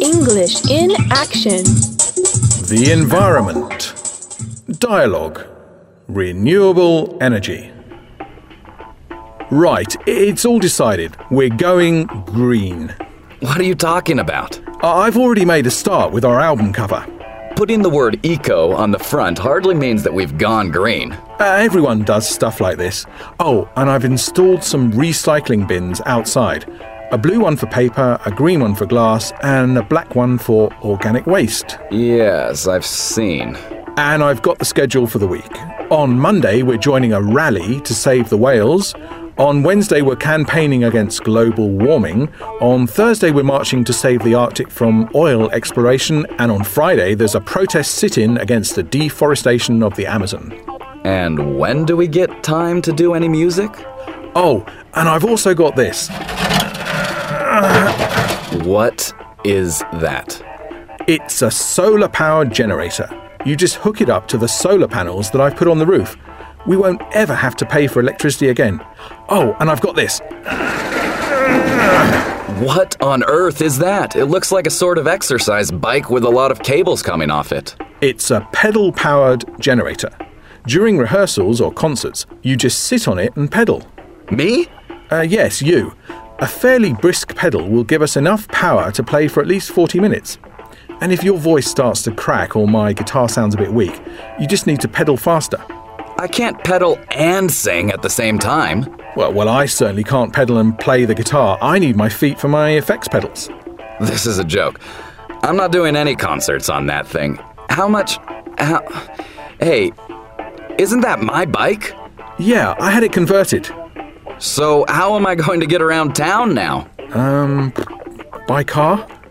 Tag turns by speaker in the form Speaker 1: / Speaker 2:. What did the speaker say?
Speaker 1: English in action.
Speaker 2: The environment. Dialogue. Renewable energy. Right, it's all decided. We're going green.
Speaker 3: What are you talking about?
Speaker 2: I- I've already made a start with our album cover.
Speaker 3: Putting the word eco on the front hardly means that we've gone green.
Speaker 2: Uh, everyone does stuff like this. Oh, and I've installed some recycling bins outside a blue one for paper, a green one for glass, and a black one for organic waste.
Speaker 3: Yes, I've seen.
Speaker 2: And I've got the schedule for the week. On Monday, we're joining a rally to save the whales. On Wednesday, we're campaigning against global warming. On Thursday, we're marching to save the Arctic from oil exploration. And on Friday, there's a protest sit in against the deforestation of the Amazon.
Speaker 3: And when do we get time to do any music?
Speaker 2: Oh, and I've also got this.
Speaker 3: What is that?
Speaker 2: It's a solar powered generator. You just hook it up to the solar panels that I've put on the roof. We won't ever have to pay for electricity again. Oh, and I've got this.
Speaker 3: What on earth is that? It looks like a sort of exercise bike with a lot of cables coming off it.
Speaker 2: It's a pedal powered generator. During rehearsals or concerts, you just sit on it and pedal.
Speaker 3: Me?
Speaker 2: Uh, yes, you. A fairly brisk pedal will give us enough power to play for at least 40 minutes. And if your voice starts to crack or my guitar sounds a bit weak, you just need to pedal faster.
Speaker 3: I can't pedal and sing at the same time.
Speaker 2: Well, well, I certainly can't pedal and play the guitar. I need my feet for my effects pedals.
Speaker 3: This is a joke. I'm not doing any concerts on that thing. How much. How. Hey, isn't that my bike?
Speaker 2: Yeah, I had it converted.
Speaker 3: So, how am I going to get around town now?
Speaker 2: Um, by car?